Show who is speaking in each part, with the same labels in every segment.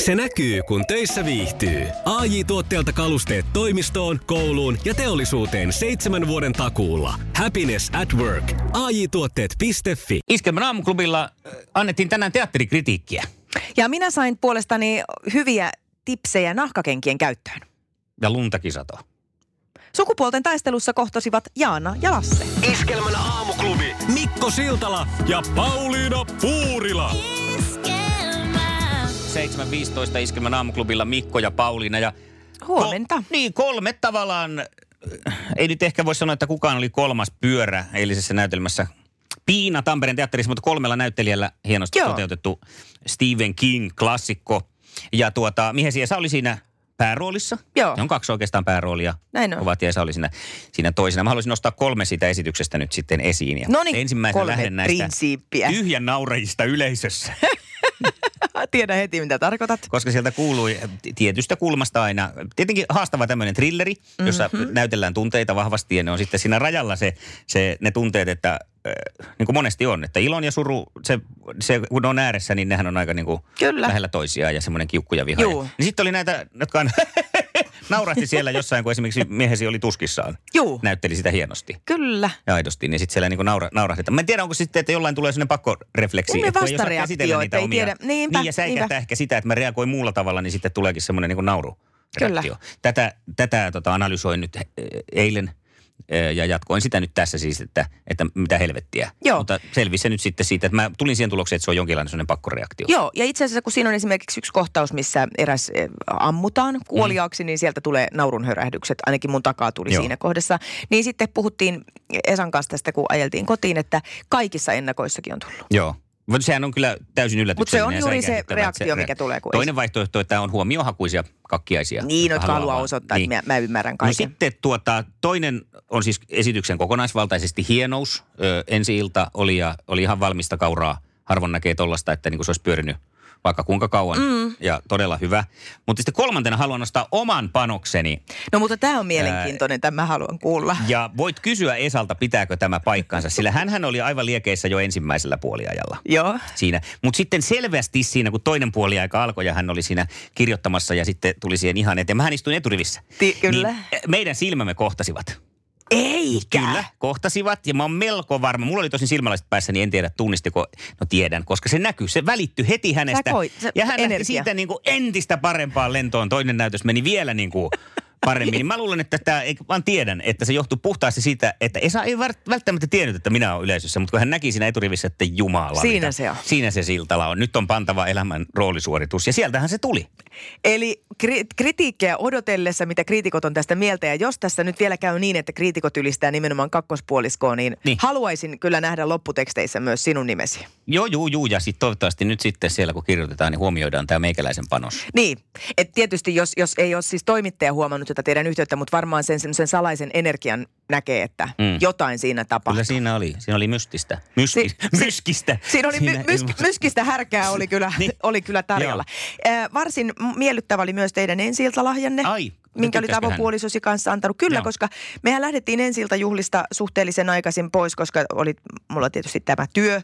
Speaker 1: Se näkyy, kun töissä viihtyy. ai tuotteelta kalusteet toimistoon, kouluun ja teollisuuteen seitsemän vuoden takuulla. Happiness at work. ai tuotteetfi
Speaker 2: Iskelmän aamuklubilla äh, annettiin tänään teatterikritiikkiä.
Speaker 3: Ja minä sain puolestani hyviä tipsejä nahkakenkien käyttöön.
Speaker 2: Ja luntakin sato.
Speaker 3: Sukupuolten taistelussa kohtasivat Jaana ja Lasse.
Speaker 1: Iskelmän aamuklubi. Mikko Siltala ja Pauliina Puurila.
Speaker 2: 7.15 Iskelmän aamuklubilla Mikko ja Pauliina. Ja
Speaker 3: Huomenta.
Speaker 2: Ko- niin, kolme tavallaan, äh, ei nyt ehkä voi sanoa, että kukaan oli kolmas pyörä eilisessä näytelmässä. Piina Tampereen teatterissa, mutta kolmella näyttelijällä hienosti
Speaker 3: Joo.
Speaker 2: toteutettu Stephen King-klassikko. Ja tuota, mihin siellä oli siinä pääroolissa.
Speaker 3: Joo.
Speaker 2: Ne on kaksi oikeastaan pääroolia.
Speaker 3: Näin on.
Speaker 2: Ovat ja Esa oli siinä, siinä toisena. Mä haluaisin nostaa kolme siitä esityksestä nyt sitten esiin. Ja
Speaker 3: Noniin,
Speaker 2: ensimmäisenä
Speaker 3: kolme
Speaker 2: lähden näistä
Speaker 3: prinsiippiä.
Speaker 2: tyhjän naurajista yleisössä.
Speaker 3: Tiedän heti, mitä tarkoitat.
Speaker 2: koska sieltä kuului eh, tietystä kulmasta aina, tietenkin haastava tämmöinen thrilleri, jossa
Speaker 3: Mhm.
Speaker 2: mm-hmm. näytellään tunteita vahvasti ja ne on sitten siinä rajalla se, se ne tunteet, että äh, niin kuin monesti on, että ilon ja suru, se, se, kun ne on ääressä, niin nehän on aika niin kuin
Speaker 3: Kyllä.
Speaker 2: lähellä toisiaan ja semmoinen kiukku ja viha.
Speaker 3: Juu.
Speaker 2: Ja, niin sitten oli näitä, jotka on naurahti siellä jossain, kun esimerkiksi miehesi oli tuskissaan.
Speaker 3: Juu.
Speaker 2: Näytteli sitä hienosti
Speaker 3: Kyllä.
Speaker 2: ja aidosti, niin sitten siellä niinku naura, naurahdetaan. Mä en tiedä, onko sitten, että jollain tulee sellainen pakkorefleksi,
Speaker 3: Niin,
Speaker 2: että kun ei osaa
Speaker 3: vastareaktio,
Speaker 2: käsitellä niitä
Speaker 3: ettei
Speaker 2: omia.
Speaker 3: tiedä. Niinpä,
Speaker 2: niin, ja säikähtää
Speaker 3: niinpä.
Speaker 2: ehkä sitä, että mä reagoin muulla tavalla, niin sitten tuleekin semmoinen niinku nauru.
Speaker 3: Kyllä.
Speaker 2: Tätä, tätä tota, analysoin nyt eh, eilen eh, ja jatkoin sitä nyt tässä siis, että, että mitä helvettiä.
Speaker 3: Joo.
Speaker 2: Mutta selvisi se nyt sitten siitä, että mä tulin siihen tulokseen, että se on jonkinlainen sellainen pakkoreaktio.
Speaker 3: Joo, ja itse asiassa kun siinä on esimerkiksi yksi kohtaus, missä eräs eh, ammutaan kuoliaaksi, niin sieltä tulee naurun hörähdykset. Ainakin mun takaa tuli
Speaker 2: Joo.
Speaker 3: Joo. siinä kohdassa. Niin sitten puhuttiin Esan kanssa tästä, kun ajeltiin kotiin, että kaikissa ennakoissakin on tullut.
Speaker 2: Joo. Mutta sehän on kyllä täysin yllätyksellinen.
Speaker 3: on
Speaker 2: ja
Speaker 3: juuri se
Speaker 2: säikähdyttävä, että
Speaker 3: reaktio, mikä tulee, kun
Speaker 2: Toinen vaihtoehto, että on huomiohakuisia kakkiaisia.
Speaker 3: Niin, jotka haluaa,
Speaker 2: vaan-
Speaker 3: osoittaa, niin. että mä, mä ymmärrän kaiken.
Speaker 2: No sitten tuota, toinen on siis esityksen kokonaisvaltaisesti hienous. Ö, ensi ilta oli, ja, oli ihan valmista kauraa. Harvoin näkee tollasta, että niin kuin se olisi pyörinyt vaikka kuinka kauan. Mm. Ja todella hyvä. Mutta sitten kolmantena haluan nostaa oman panokseni.
Speaker 3: No mutta tämä on mielenkiintoinen, tämän mä haluan kuulla.
Speaker 2: Ja voit kysyä Esalta, pitääkö tämä paikkansa. Sillä hän oli aivan liekeissä jo ensimmäisellä puoliajalla
Speaker 3: Joo.
Speaker 2: siinä. Mutta sitten selvästi siinä, kun toinen puoli aika alkoi ja hän oli siinä kirjoittamassa ja sitten tuli siihen ihan eteen. Mähän istuin eturivissä.
Speaker 3: Ti- kyllä.
Speaker 2: Niin eh, meidän silmämme kohtasivat.
Speaker 3: Eikä.
Speaker 2: Kyllä, kohtasivat ja mä oon melko varma. Mulla oli tosin silmälasit päässä, niin en tiedä tunnistiko. No tiedän, koska se näkyy, se välittyi heti hänestä.
Speaker 3: Sä koit, se
Speaker 2: ja hän lähti
Speaker 3: energia.
Speaker 2: siitä niin kuin entistä parempaan lentoon. Toinen näytös meni vielä niin kuin paremmin. Niin mä luulen, että tämä, ei- vaan tiedän, että se johtuu puhtaasti siitä, että Esa ei värt- välttämättä tiennyt, että minä olen yleisössä, mutta kun hän näki siinä eturivissä, että jumala.
Speaker 3: Siinä
Speaker 2: mitä-
Speaker 3: se on.
Speaker 2: Siinä se siltala on. Nyt on pantava elämän roolisuoritus ja sieltähän se tuli.
Speaker 3: Eli kri- kritiikkiä odotellessa, mitä kriitikot on tästä mieltä, ja jos tässä nyt vielä käy niin, että kriitikot ylistää nimenomaan kakkospuoliskoon, niin,
Speaker 2: Niin.
Speaker 3: niin. haluaisin kyllä nähdä lopputeksteissä myös sinun nimesi.
Speaker 2: Joo, joo, joo. Ja sitten toivottavasti nyt sitten siellä, kun kirjoitetaan, niin huomioidaan tämä meikäläisen panos.
Speaker 3: Niin, et tietysti jos, jos ei ole siis toimittaja huomannut tätä teidän yhteyttä, mutta varmaan sen semmoisen salaisen energian näkee, että
Speaker 2: Mm.
Speaker 3: mm. jotain siinä tapahtuu.
Speaker 2: Kyllä siinä oli. Siinä oli mystistä. Myski,
Speaker 3: Si-
Speaker 2: si, myskistä.
Speaker 3: Siinä oli my, mysk, myskistä härkää oli kyllä,
Speaker 2: Niin.
Speaker 3: niin. oli kyllä tarjolla. Äh, varsin m- miellyttävä oli myös teidän ensiltalahjanne.
Speaker 2: Ai, no
Speaker 3: Minkä oli
Speaker 2: tykkäskö hän?
Speaker 3: avopuolisosi kanssa antanut. Kyllä,
Speaker 2: Joo.
Speaker 3: Joo. koska mehän lähdettiin ensiltä juhlista suhteellisen aikaisin pois, koska oli mulla tietysti tämä työ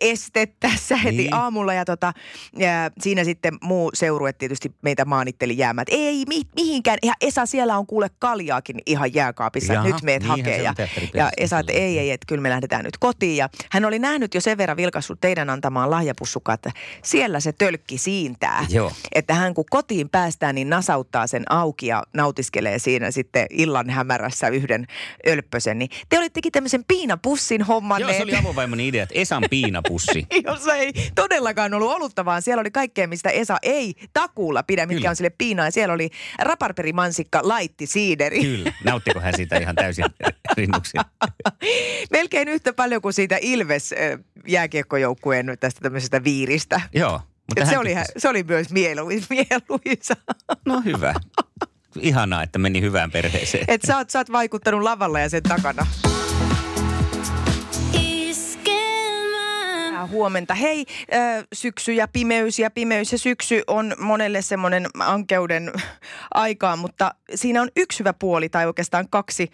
Speaker 3: este tässä heti
Speaker 2: Niin.
Speaker 3: aamulla ja, tota, ja siinä sitten muu seurue tietysti meitä maanitteli jäämään. että Ei mi- mihinkään, ja Esa siellä on kuule kaljaakin ihan jääkaapissa,
Speaker 2: Jaha,
Speaker 3: Jaha, nyt meet
Speaker 2: niinhän se
Speaker 3: hakee
Speaker 2: on
Speaker 3: ja, ja
Speaker 2: teatteripiirissä
Speaker 3: Esa, että
Speaker 2: silloin.
Speaker 3: ei, ei, että kyllä me lähdetään nyt kotiin. Ja hän oli nähnyt jo sen verran vilkaissut teidän antamaan lahjapussukkaa, että siellä se tölkki siintää.
Speaker 2: Joo.
Speaker 3: Että hän kun kotiin päästään, niin nasauttaa sen auki ja nautiskelee siinä sitten illan hämärässä yhden ölppösen. Niin te olittekin tämmöisen piinapussin hommanneet.
Speaker 2: Joo, se oli avovaimoni idea, että Esan piinapussi.
Speaker 3: jossa ei todellakaan ollut olutta, vaan siellä oli kaikkea, mistä Esa ei takuulla pidä, mitkä
Speaker 2: Kyllä.
Speaker 3: on sille piinaa. Siellä oli raparperimansikka, laitti, siideri.
Speaker 2: Kyllä. Nauttiko hän siitä ihan täysin rinnuksin?
Speaker 3: Melkein yhtä paljon kuin siitä Ilves ö, jääkiekkojoukkueen tästä tämmöisestä viiristä.
Speaker 2: Joo. Mutta
Speaker 3: Et se,
Speaker 2: hän
Speaker 3: oli,
Speaker 2: tykkäsi.
Speaker 3: se oli myös mielu- mieluisa.
Speaker 2: No hyvä. Ihanaa, että meni hyvään perheeseen.
Speaker 3: Et sä, oot, sä oot vaikuttanut lavalla ja sen takana. hyvää huomenta. Hei, äh, syksy ja pimeys ja pimeys ja syksy on monelle semmoinen ankeuden aikaa, mutta siinä on yksi hyvä puoli tai oikeastaan kaksi,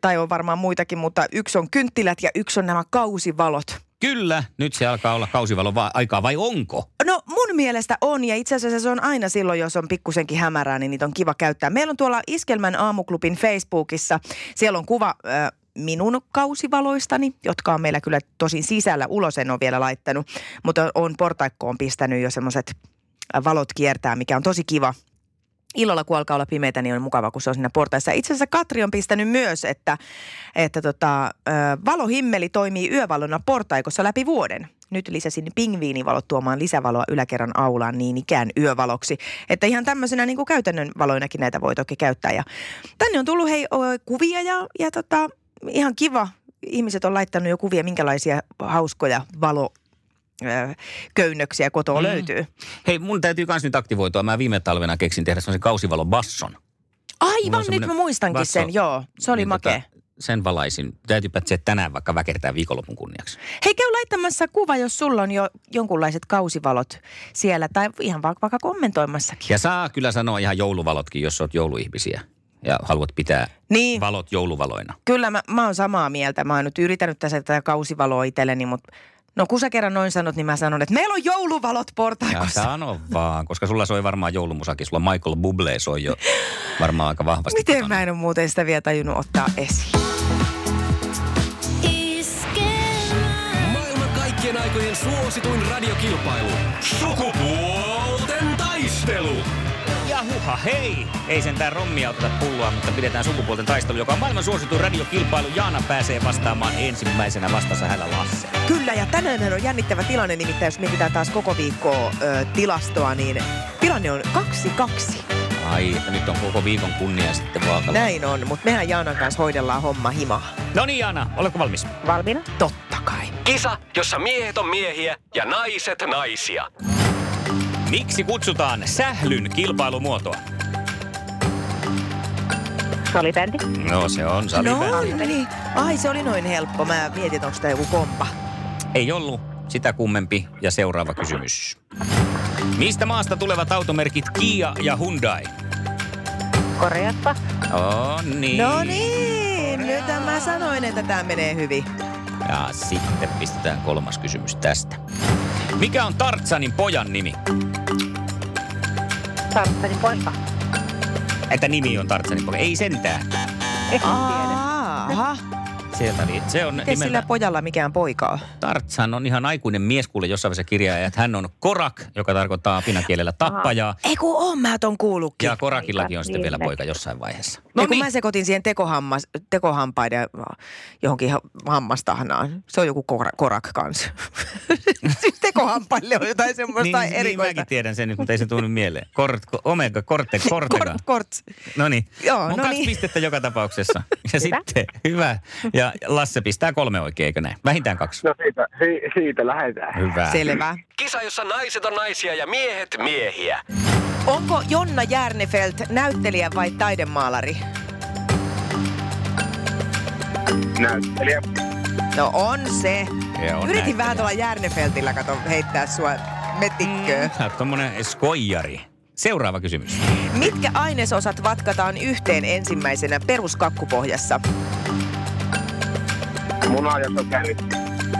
Speaker 3: tai on varmaan muitakin, mutta yksi on kynttilät ja yksi on nämä kausivalot.
Speaker 2: Kyllä, nyt se alkaa olla kausivalon va- aikaa vai onko?
Speaker 3: No mun mielestä on ja itse asiassa se on aina silloin, jos on pikkusenkin hämärää, niin niitä on kiva käyttää. Meillä on tuolla Iskelmän aamuklubin Facebookissa, siellä on kuva äh, minun kausivaloistani, jotka on meillä kyllä tosin sisällä, ulos en ole vielä laittanut, mutta on portaikkoon pistänyt jo semmoiset valot kiertää, mikä on tosi kiva illalla, kun alkaa olla pimeitä, niin on mukava, kun se on siinä portaissa. Itse asiassa Katri on pistänyt myös, että, että tota, ö, valohimmeli toimii yövalona portaikossa läpi vuoden. Nyt lisäsin pingviinivalot tuomaan lisävaloa yläkerran aulaan niin ikään yövaloksi. Että ihan tämmöisenä niin kuin käytännön valoinakin näitä voi toki käyttää. Ja tänne on tullut hei ö, kuvia ja, ja tota, ihan kiva. Ihmiset on laittanut jo kuvia, minkälaisia hauskoja valo ö, köynnöksiä kotoa mm. löytyy.
Speaker 2: Hei, mun täytyy kans nyt aktivoitua. Mä viime talvena keksin tehdä semmoisen kausivalon basson. Mulla
Speaker 3: Aivan,
Speaker 2: on Niin,
Speaker 3: nyt mä
Speaker 2: semmoinen
Speaker 3: muistankin
Speaker 2: vasso-
Speaker 3: sen, joo. Se
Speaker 2: tota-
Speaker 3: oli makea.
Speaker 2: sen valaisin. Täytyypä se tänään vaikka väkertää viikonlopun kunniaksi.
Speaker 3: Hei, käy laittamassa kuva, jos sulla on jo jonkunlaiset kausivalot siellä, tai ihan va- vaikka kommentoimassakin.
Speaker 2: Ja saa kyllä sanoa ihan jouluvalotkin, jos oot jouluihmisiä ja haluat pitää
Speaker 3: Niin, Va-
Speaker 2: valot jouluvaloina.
Speaker 3: kyllä mä, mä oon samaa mieltä. Mä oon nyt yrittänyt tässä tätä kausivaloa itselleni, mutta no kun sä kerran noin sanot, niin mä sanon, että meillä on jouluvalot
Speaker 2: Ja
Speaker 3: portaikossa.
Speaker 2: sano vaan, koska sulla soi varmaan joulumusakin. Sulla Michael Bublé soi jo varmaan aika vahvasti.
Speaker 3: Miten
Speaker 2: kotona.
Speaker 3: mä en ole muuten sitä vielä tajunnut ottaa esiin?
Speaker 4: Iskelmä.
Speaker 1: Maailman kaikkien aikojen suosituin radiokilpailu. Sukupuolten taistelu.
Speaker 2: Ja huha, hei! Ei sentään rommia oteta pulloa, mutta pidetään sukupuolten taistelu, joka on maailman suosituin radiokilpailu. Jaana pääsee vastaamaan ensimmäisenä vastassa hänellä Lasse.
Speaker 3: Kyllä, ja tänään on jännittävä tilanne, nimittäin jos mietitään taas koko viikkoa ö, tilastoa, niin tilanne on 2-2.
Speaker 2: Ai, että nyt on koko viikon kunnia sitten vaakalla.
Speaker 3: Näin on, mutta mehän Jaanan kanssa hoidellaan homma himaa.
Speaker 2: No niin, Jaana, oletko valmis?
Speaker 3: Valmiina? Totta kai.
Speaker 1: Kisa, jossa miehet on miehiä ja naiset naisia.
Speaker 2: Miksi kutsutaan sählyn kilpailumuotoa?
Speaker 5: Salibändi.
Speaker 2: No se on
Speaker 3: No
Speaker 2: salibändi.
Speaker 3: niin. Ai se oli noin helppo. Mä mietin, onko tämä joku kompa.
Speaker 2: Ei ollut sitä kummempi. Ja seuraava kysymys. Mistä maasta tulevat automerkit Kia ja Hyundai?
Speaker 5: Koreasta.
Speaker 2: Oh, niin.
Speaker 3: No niin, nyt mä sanoin, että tämä menee hyvin.
Speaker 2: Ja sitten pistetään kolmas kysymys tästä. Mikä on Tartsanin pojan nimi?
Speaker 5: Tarttani poika.
Speaker 2: Että nimi on Tartsanin poja. Ei sentään.
Speaker 5: En tiedä.
Speaker 3: Aha,
Speaker 2: Sieltä oli. Se on
Speaker 3: miten sillä
Speaker 2: nimeltä.
Speaker 3: pojalla mikään poika on?
Speaker 2: Tartsan on ihan aikuinen mies, kuule jossain vaiheessa kirjaa, että hän on korak, joka tarkoittaa apinakielellä tappajaa.
Speaker 3: Ei kun on, mä ton kuullutkin.
Speaker 2: Ja korakillakin on sitten vielä
Speaker 5: Ihme.
Speaker 2: poika jossain vaiheessa.
Speaker 3: niin No ja kun mä sekoitin siihen tekohammas, tekohampaiden johonkin ha- hammastahnaan. Se on joku kor- korak kanssa. siis tekohampaille on jotain semmoista
Speaker 2: niin, niin,
Speaker 3: erikoista.
Speaker 2: mäkin tiedän sen nyt, mutta ei se tullut mieleen. Kort, ko- omega, korte, kortega.
Speaker 3: kort, kort.
Speaker 2: No niin.
Speaker 3: Joo,
Speaker 2: Mun
Speaker 3: no
Speaker 2: kaksi
Speaker 3: niin.
Speaker 2: pistettä joka tapauksessa. Ja
Speaker 5: Hyvä.
Speaker 2: sitten, hyvä. Ja Lasse pistää kolme oikein, eikö näin? Vähintään kaksi.
Speaker 6: No siitä, si, siitä lähdetään.
Speaker 2: Hyvä.
Speaker 3: Selvä.
Speaker 1: Kisa, jossa naiset on naisia ja miehet miehiä.
Speaker 3: Onko Jonna Järnefelt näyttelijä vai taidemaalari?
Speaker 6: Näyttelijä.
Speaker 3: No on se.
Speaker 2: Ja on
Speaker 3: Yritin
Speaker 2: näyttelijä.
Speaker 3: vähän tuolla Järnefeltillä kato heittää sua metikköön.
Speaker 2: Sä oot tommonen skoijari. Seuraava kysymys.
Speaker 3: Mitkä ainesosat vatkataan yhteen ensimmäisenä peruskakkupohjassa?
Speaker 6: Muna, jos on käynyt.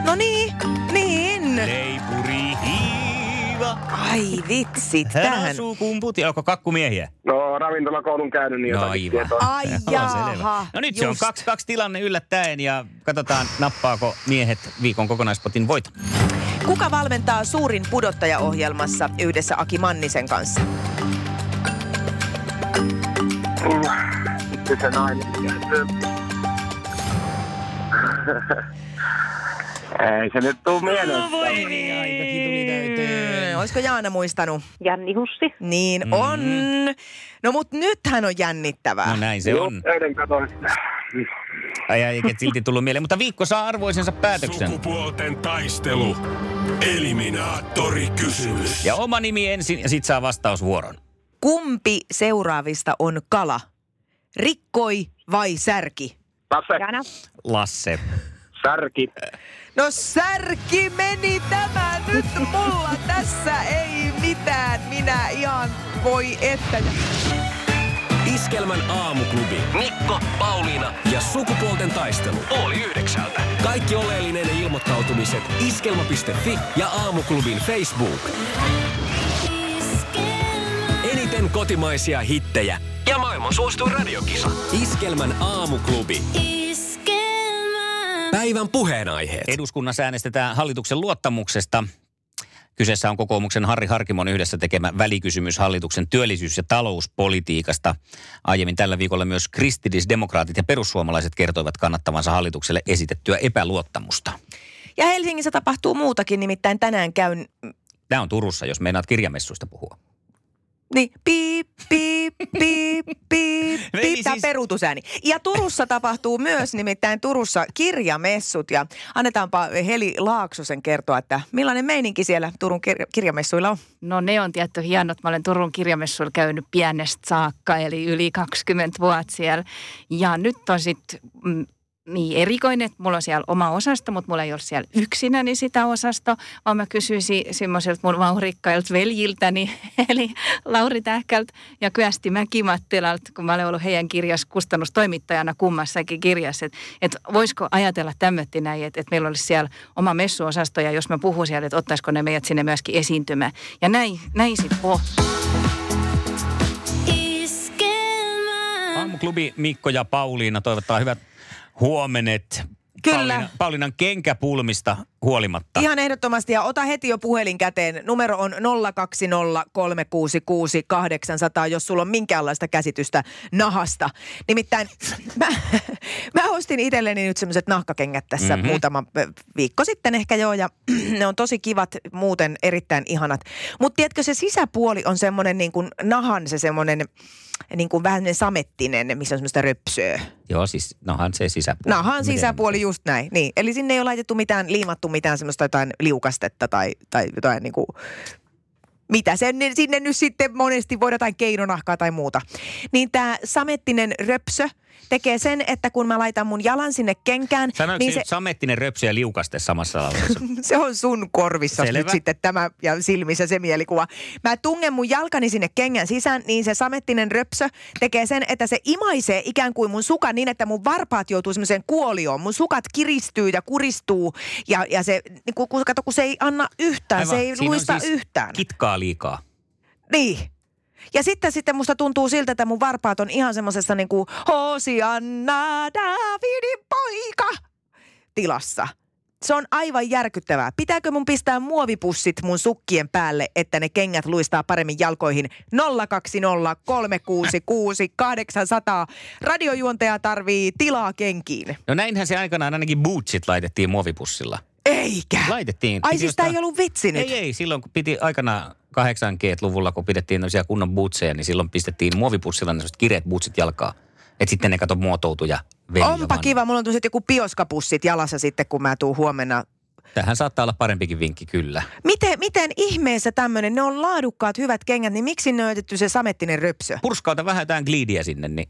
Speaker 3: No niin, niin.
Speaker 2: Leipuri hiiva.
Speaker 3: Ai vitsi,
Speaker 2: Hän
Speaker 3: tähän.
Speaker 2: asuu kumputi. Onko kakkumiehiä?
Speaker 6: No, ravintolakoulun käynyt, niin
Speaker 2: No
Speaker 6: jotakin
Speaker 2: aivan.
Speaker 6: tietoa.
Speaker 3: Ai jaha,
Speaker 2: No nyt se on
Speaker 3: just.
Speaker 2: kaksi, kaksi tilanne yllättäen ja katsotaan nappaako miehet viikon kokonaispotin voiton.
Speaker 3: Kuka valmentaa suurin pudottajaohjelmassa yhdessä Aki Mannisen kanssa?
Speaker 2: Mm.
Speaker 6: Sitten se nainen. Ei se nyt tuu mieleen. No voi
Speaker 2: Aikakin tuli täyteen.
Speaker 3: Mm, olisiko Jaana muistanut?
Speaker 5: Janni Hussi.
Speaker 3: Niin on. No mut nythän on jännittävää.
Speaker 2: Mm-hmm. No näin se on.
Speaker 6: Eilen katoin sitä.
Speaker 2: Ai, ai, eikä silti tullut mieleen, mutta viikko saa arvoisensa päätöksen.
Speaker 1: Sukupuolten taistelu. Eliminaattori kysymys.
Speaker 2: Ja oma nimi ensin ja sit saa vastausvuoron.
Speaker 3: Kumpi seuraavista on kala? Rikkoi vai särki?
Speaker 6: Lasse,
Speaker 5: Jana.
Speaker 2: Lasse.
Speaker 6: Särki.
Speaker 3: No särki meni tämä nyt mulla. Tässä ei mitään. Minä ihan voi että.
Speaker 1: Iskelmän aamuklubi. Mikko, Pauliina ja sukupuolten taistelu. Oli yhdeksältä. Kaikki oleellinen ilmoittautumiset iskelma.fi ja aamuklubin Facebook. Eniten kotimaisia hittejä ja maailman suosituin radiokisa. Iskelmän aamuklubi. Päivän puheenaiheet.
Speaker 2: Eduskunnassa äänestetään hallituksen luottamuksesta. Kyseessä on kokoomuksen Harri Harkimon yhdessä tekemä välikysymys hallituksen työllisyys- ja talouspolitiikasta. Aiemmin tällä viikolla myös kristillisdemokraatit ja perussuomalaiset kertoivat kannattavansa hallitukselle esitettyä epäluottamusta.
Speaker 3: Ja Helsingissä tapahtuu muutakin, nimittäin tänään käyn
Speaker 2: Tämä on Turussa, jos meinaat kirjamessuista puhua.
Speaker 3: Niin, piip, piip, piip, piip,
Speaker 2: Eli
Speaker 3: piip. Tämä
Speaker 2: siis-
Speaker 3: peruutusääni. Ja Turussa tapahtuu myös nimittäin Turussa kirjamessut. Ja annetaanpa Heli Laaksosen kertoa, että millainen meininki siellä Turun kir- kirjamessuilla on.
Speaker 7: No ne on tietty hienot. Mä olen Turun kirjamessuilla käynyt pienestä saakka, eli yli 20 vuotta siellä. Ja nyt on sitten niin erikoinen, että mulla on siellä oma osasto, mutta mulla ei ole siellä yksinäni sitä osasto, vaan mä kysyisin semmoiselta mun vauhrikkailta veljiltäni, eli Lauri Tähkältä ja Kyästi Mäkimattilalta, kun mä olen ollut heidän kirjas kustannustoimittajana kummassakin kirjassa, että, että voisiko ajatella tämmötti näin, että, että meillä olisi siellä oma messuosasto ja jos mä puhun siellä, että ottaisiko ne meidät sinne myöskin esiintymään. Ja näin, näin sitten on.
Speaker 2: Aamuklubi Mikko ja Pauliina toivottaa hyvät huomenet.
Speaker 3: Kyllä.
Speaker 2: Pauliina, Pauliinan kenkäpulmista huolimatta.
Speaker 3: Ihan ehdottomasti ja ota heti jo puhelin käteen. Numero on 020366800, jos sulla on minkäänlaista käsitystä nahasta. Nimittäin mä, mä ostin itselleni nyt semmoiset nahkakengät tässä
Speaker 2: Mhm.
Speaker 3: mm-hmm. muutama ö, viikko sitten ehkä joo ja ne on tosi kivat, muuten erittäin ihanat. Mutta tiedätkö se sisäpuoli on semmoinen niin kuin nahan se semmoinen niin kuin vähän semmoinen samettinen, missä on semmoista röpsöä.
Speaker 2: Joo, siis nohan se sisäpuoli.
Speaker 3: Nahan
Speaker 2: Miten-
Speaker 3: sisäpuoli just näin, niin. Eli sinne ei ole laitettu mitään, liimattu mitään semmoista jotain liukastetta tai, tai jotain niinku, mitä sen, sinne nyt sitten monesti voi jotain keinonahkaa tai muuta. Niin tämä samettinen röpsö tekee sen, että kun mä laitan mun jalan sinne kenkään,
Speaker 2: Sanoitko
Speaker 3: niin
Speaker 2: se...
Speaker 3: se,
Speaker 2: nyt samettinen röpsy ja liukaste samassa lauseessa?
Speaker 3: se on sun korvissa nyt
Speaker 2: Selvä.
Speaker 3: sitten tämä ja silmissä se mielikuva. Mä tungen mun jalkani sinne kengän sisään, niin se samettinen röpsö tekee sen, että se imaisee ikään kuin mun sukan niin, että mun varpaat joutuu semmoiseen kuolioon. Mun sukat kiristyy ja kuristuu ja, ja se, niin kun, kun, kato, kun se ei anna yhtään, se ei
Speaker 2: Siinä on
Speaker 3: luista siis yhtään.
Speaker 2: Kitkaa liikaa.
Speaker 3: Niin. Ja sitten, sitten musta tuntuu siltä, että mun varpaat on ihan semmoisessa niin kuin Hosianna Davidin poika tilassa. Se on aivan järkyttävää. Pitääkö mun pistää muovipussit mun sukkien päälle, että ne kengät luistaa paremmin jalkoihin? 020 366 800. Radiojuontaja tarvii tilaa kenkiin.
Speaker 2: No näinhän se aikanaan ainakin bootsit laitettiin muovipussilla.
Speaker 3: Eikä.
Speaker 2: Laitettiin.
Speaker 3: Ai
Speaker 2: Piti
Speaker 3: siis tää
Speaker 2: ostaa-
Speaker 3: ei ollut vitsi nyt.
Speaker 2: Ei, ei. Silloin kun piti aikana 80-luvulla, kun pidettiin tämmöisiä kunnon bootseja, niin silloin pistettiin muovipussilla ne semmoiset kireet bootsit jalkaa. Että sitten ne kato muotoutui ja veli ja
Speaker 3: Onpa
Speaker 2: vanha.
Speaker 3: kiva, mulla on tuollaiset joku pioskapussit jalassa sitten, kun mä tuun huomenna
Speaker 2: Tähän saattaa olla parempikin vinkki, kyllä.
Speaker 3: Miten, miten ihmeessä tämmöinen, ne on laadukkaat hyvät kengät, niin miksi ne on jätetty se samettinen röpsö?
Speaker 2: Purskauta vähän jotain gliidiä sinne, niin,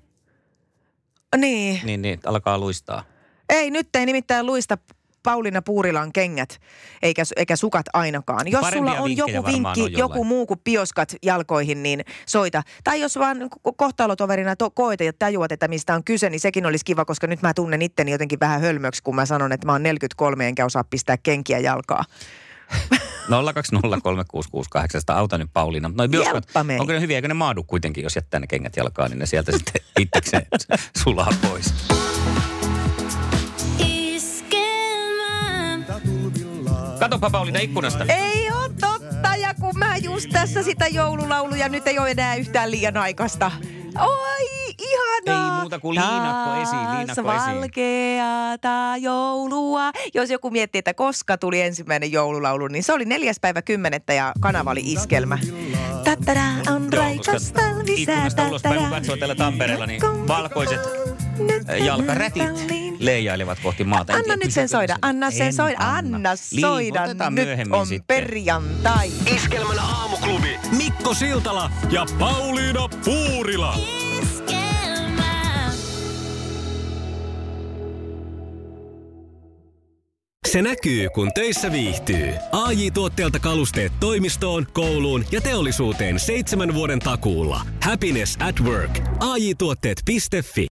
Speaker 3: Niin,
Speaker 2: niin, niin alkaa luistaa.
Speaker 3: ei nyt ei nimittäin luista Pauliina Puurilan kengät, eikä, eikä sukat ainakaan. Jos
Speaker 2: Parempia
Speaker 3: sulla on
Speaker 2: vinkkejä
Speaker 3: joku
Speaker 2: varmaan
Speaker 3: vinkki,
Speaker 2: on jollain.
Speaker 3: joku muu kuin pioskat jalkoihin, niin soita. Tai jos vaan ko- kohtalotoverina to, koet ja tajuat, että mistä on kyse, niin sekin olisi kiva, koska nyt mä tunnen itteni jotenkin vähän hölmöksi, kun mä sanon, että mä oon 43 enkä osaa pistää kenkiä jalkaa.
Speaker 2: 020366800, auta nyt Pauliina. Noi bioskot,
Speaker 3: Jelppa mei.
Speaker 2: onko ne hyviä, eikö ne maadu kuitenkin, jos jättää ne kengät jalkaan, niin ne sieltä sitten itsekseen sulaa pois. Katoppa Pauliina ikkunasta.
Speaker 3: Ei ole totta, ja kun mä just tässä sitä joululauluja nyt ei ole enää yhtään liian aikaista. Oi, ihanaa.
Speaker 2: Ei muuta kuin liinakko esiin,
Speaker 3: Taas
Speaker 2: liinakko esiin.
Speaker 3: valkeata joulua. Jos joku miettii, että koska tuli ensimmäinen joululaulu, niin se oli neljäs päivä kymmenettä ja kanava oli iskelmä. Tattara on
Speaker 2: Joo,
Speaker 3: raikas
Speaker 2: koska
Speaker 3: talvisää.
Speaker 2: ikkunasta ulospäin, kun
Speaker 3: tattara.
Speaker 2: katsoo täällä Tampereella, niin valkoiset
Speaker 3: Nyt niin
Speaker 2: äh, jalkarätit
Speaker 3: talli-
Speaker 2: leijailevat kohti maata. En
Speaker 3: Anna
Speaker 2: tiedä,
Speaker 3: nyt sen
Speaker 2: pysyykö
Speaker 3: soida,
Speaker 2: se-
Speaker 3: anna sen
Speaker 2: En
Speaker 3: soida, anna soida.
Speaker 2: Liivotetaan
Speaker 3: Nyt
Speaker 2: myöhemmin
Speaker 3: on
Speaker 2: sitten.
Speaker 3: perjantai.
Speaker 1: Iskelmän aamuklubi. Mikko Siltala ja Pauliina Puurila. Se näkyy, kun töissä viihtyy. ai tuotteelta kalusteet toimistoon, kouluun ja teollisuuteen seitsemän vuoden takuulla. Happiness at work. AJ-tuotteet.fi.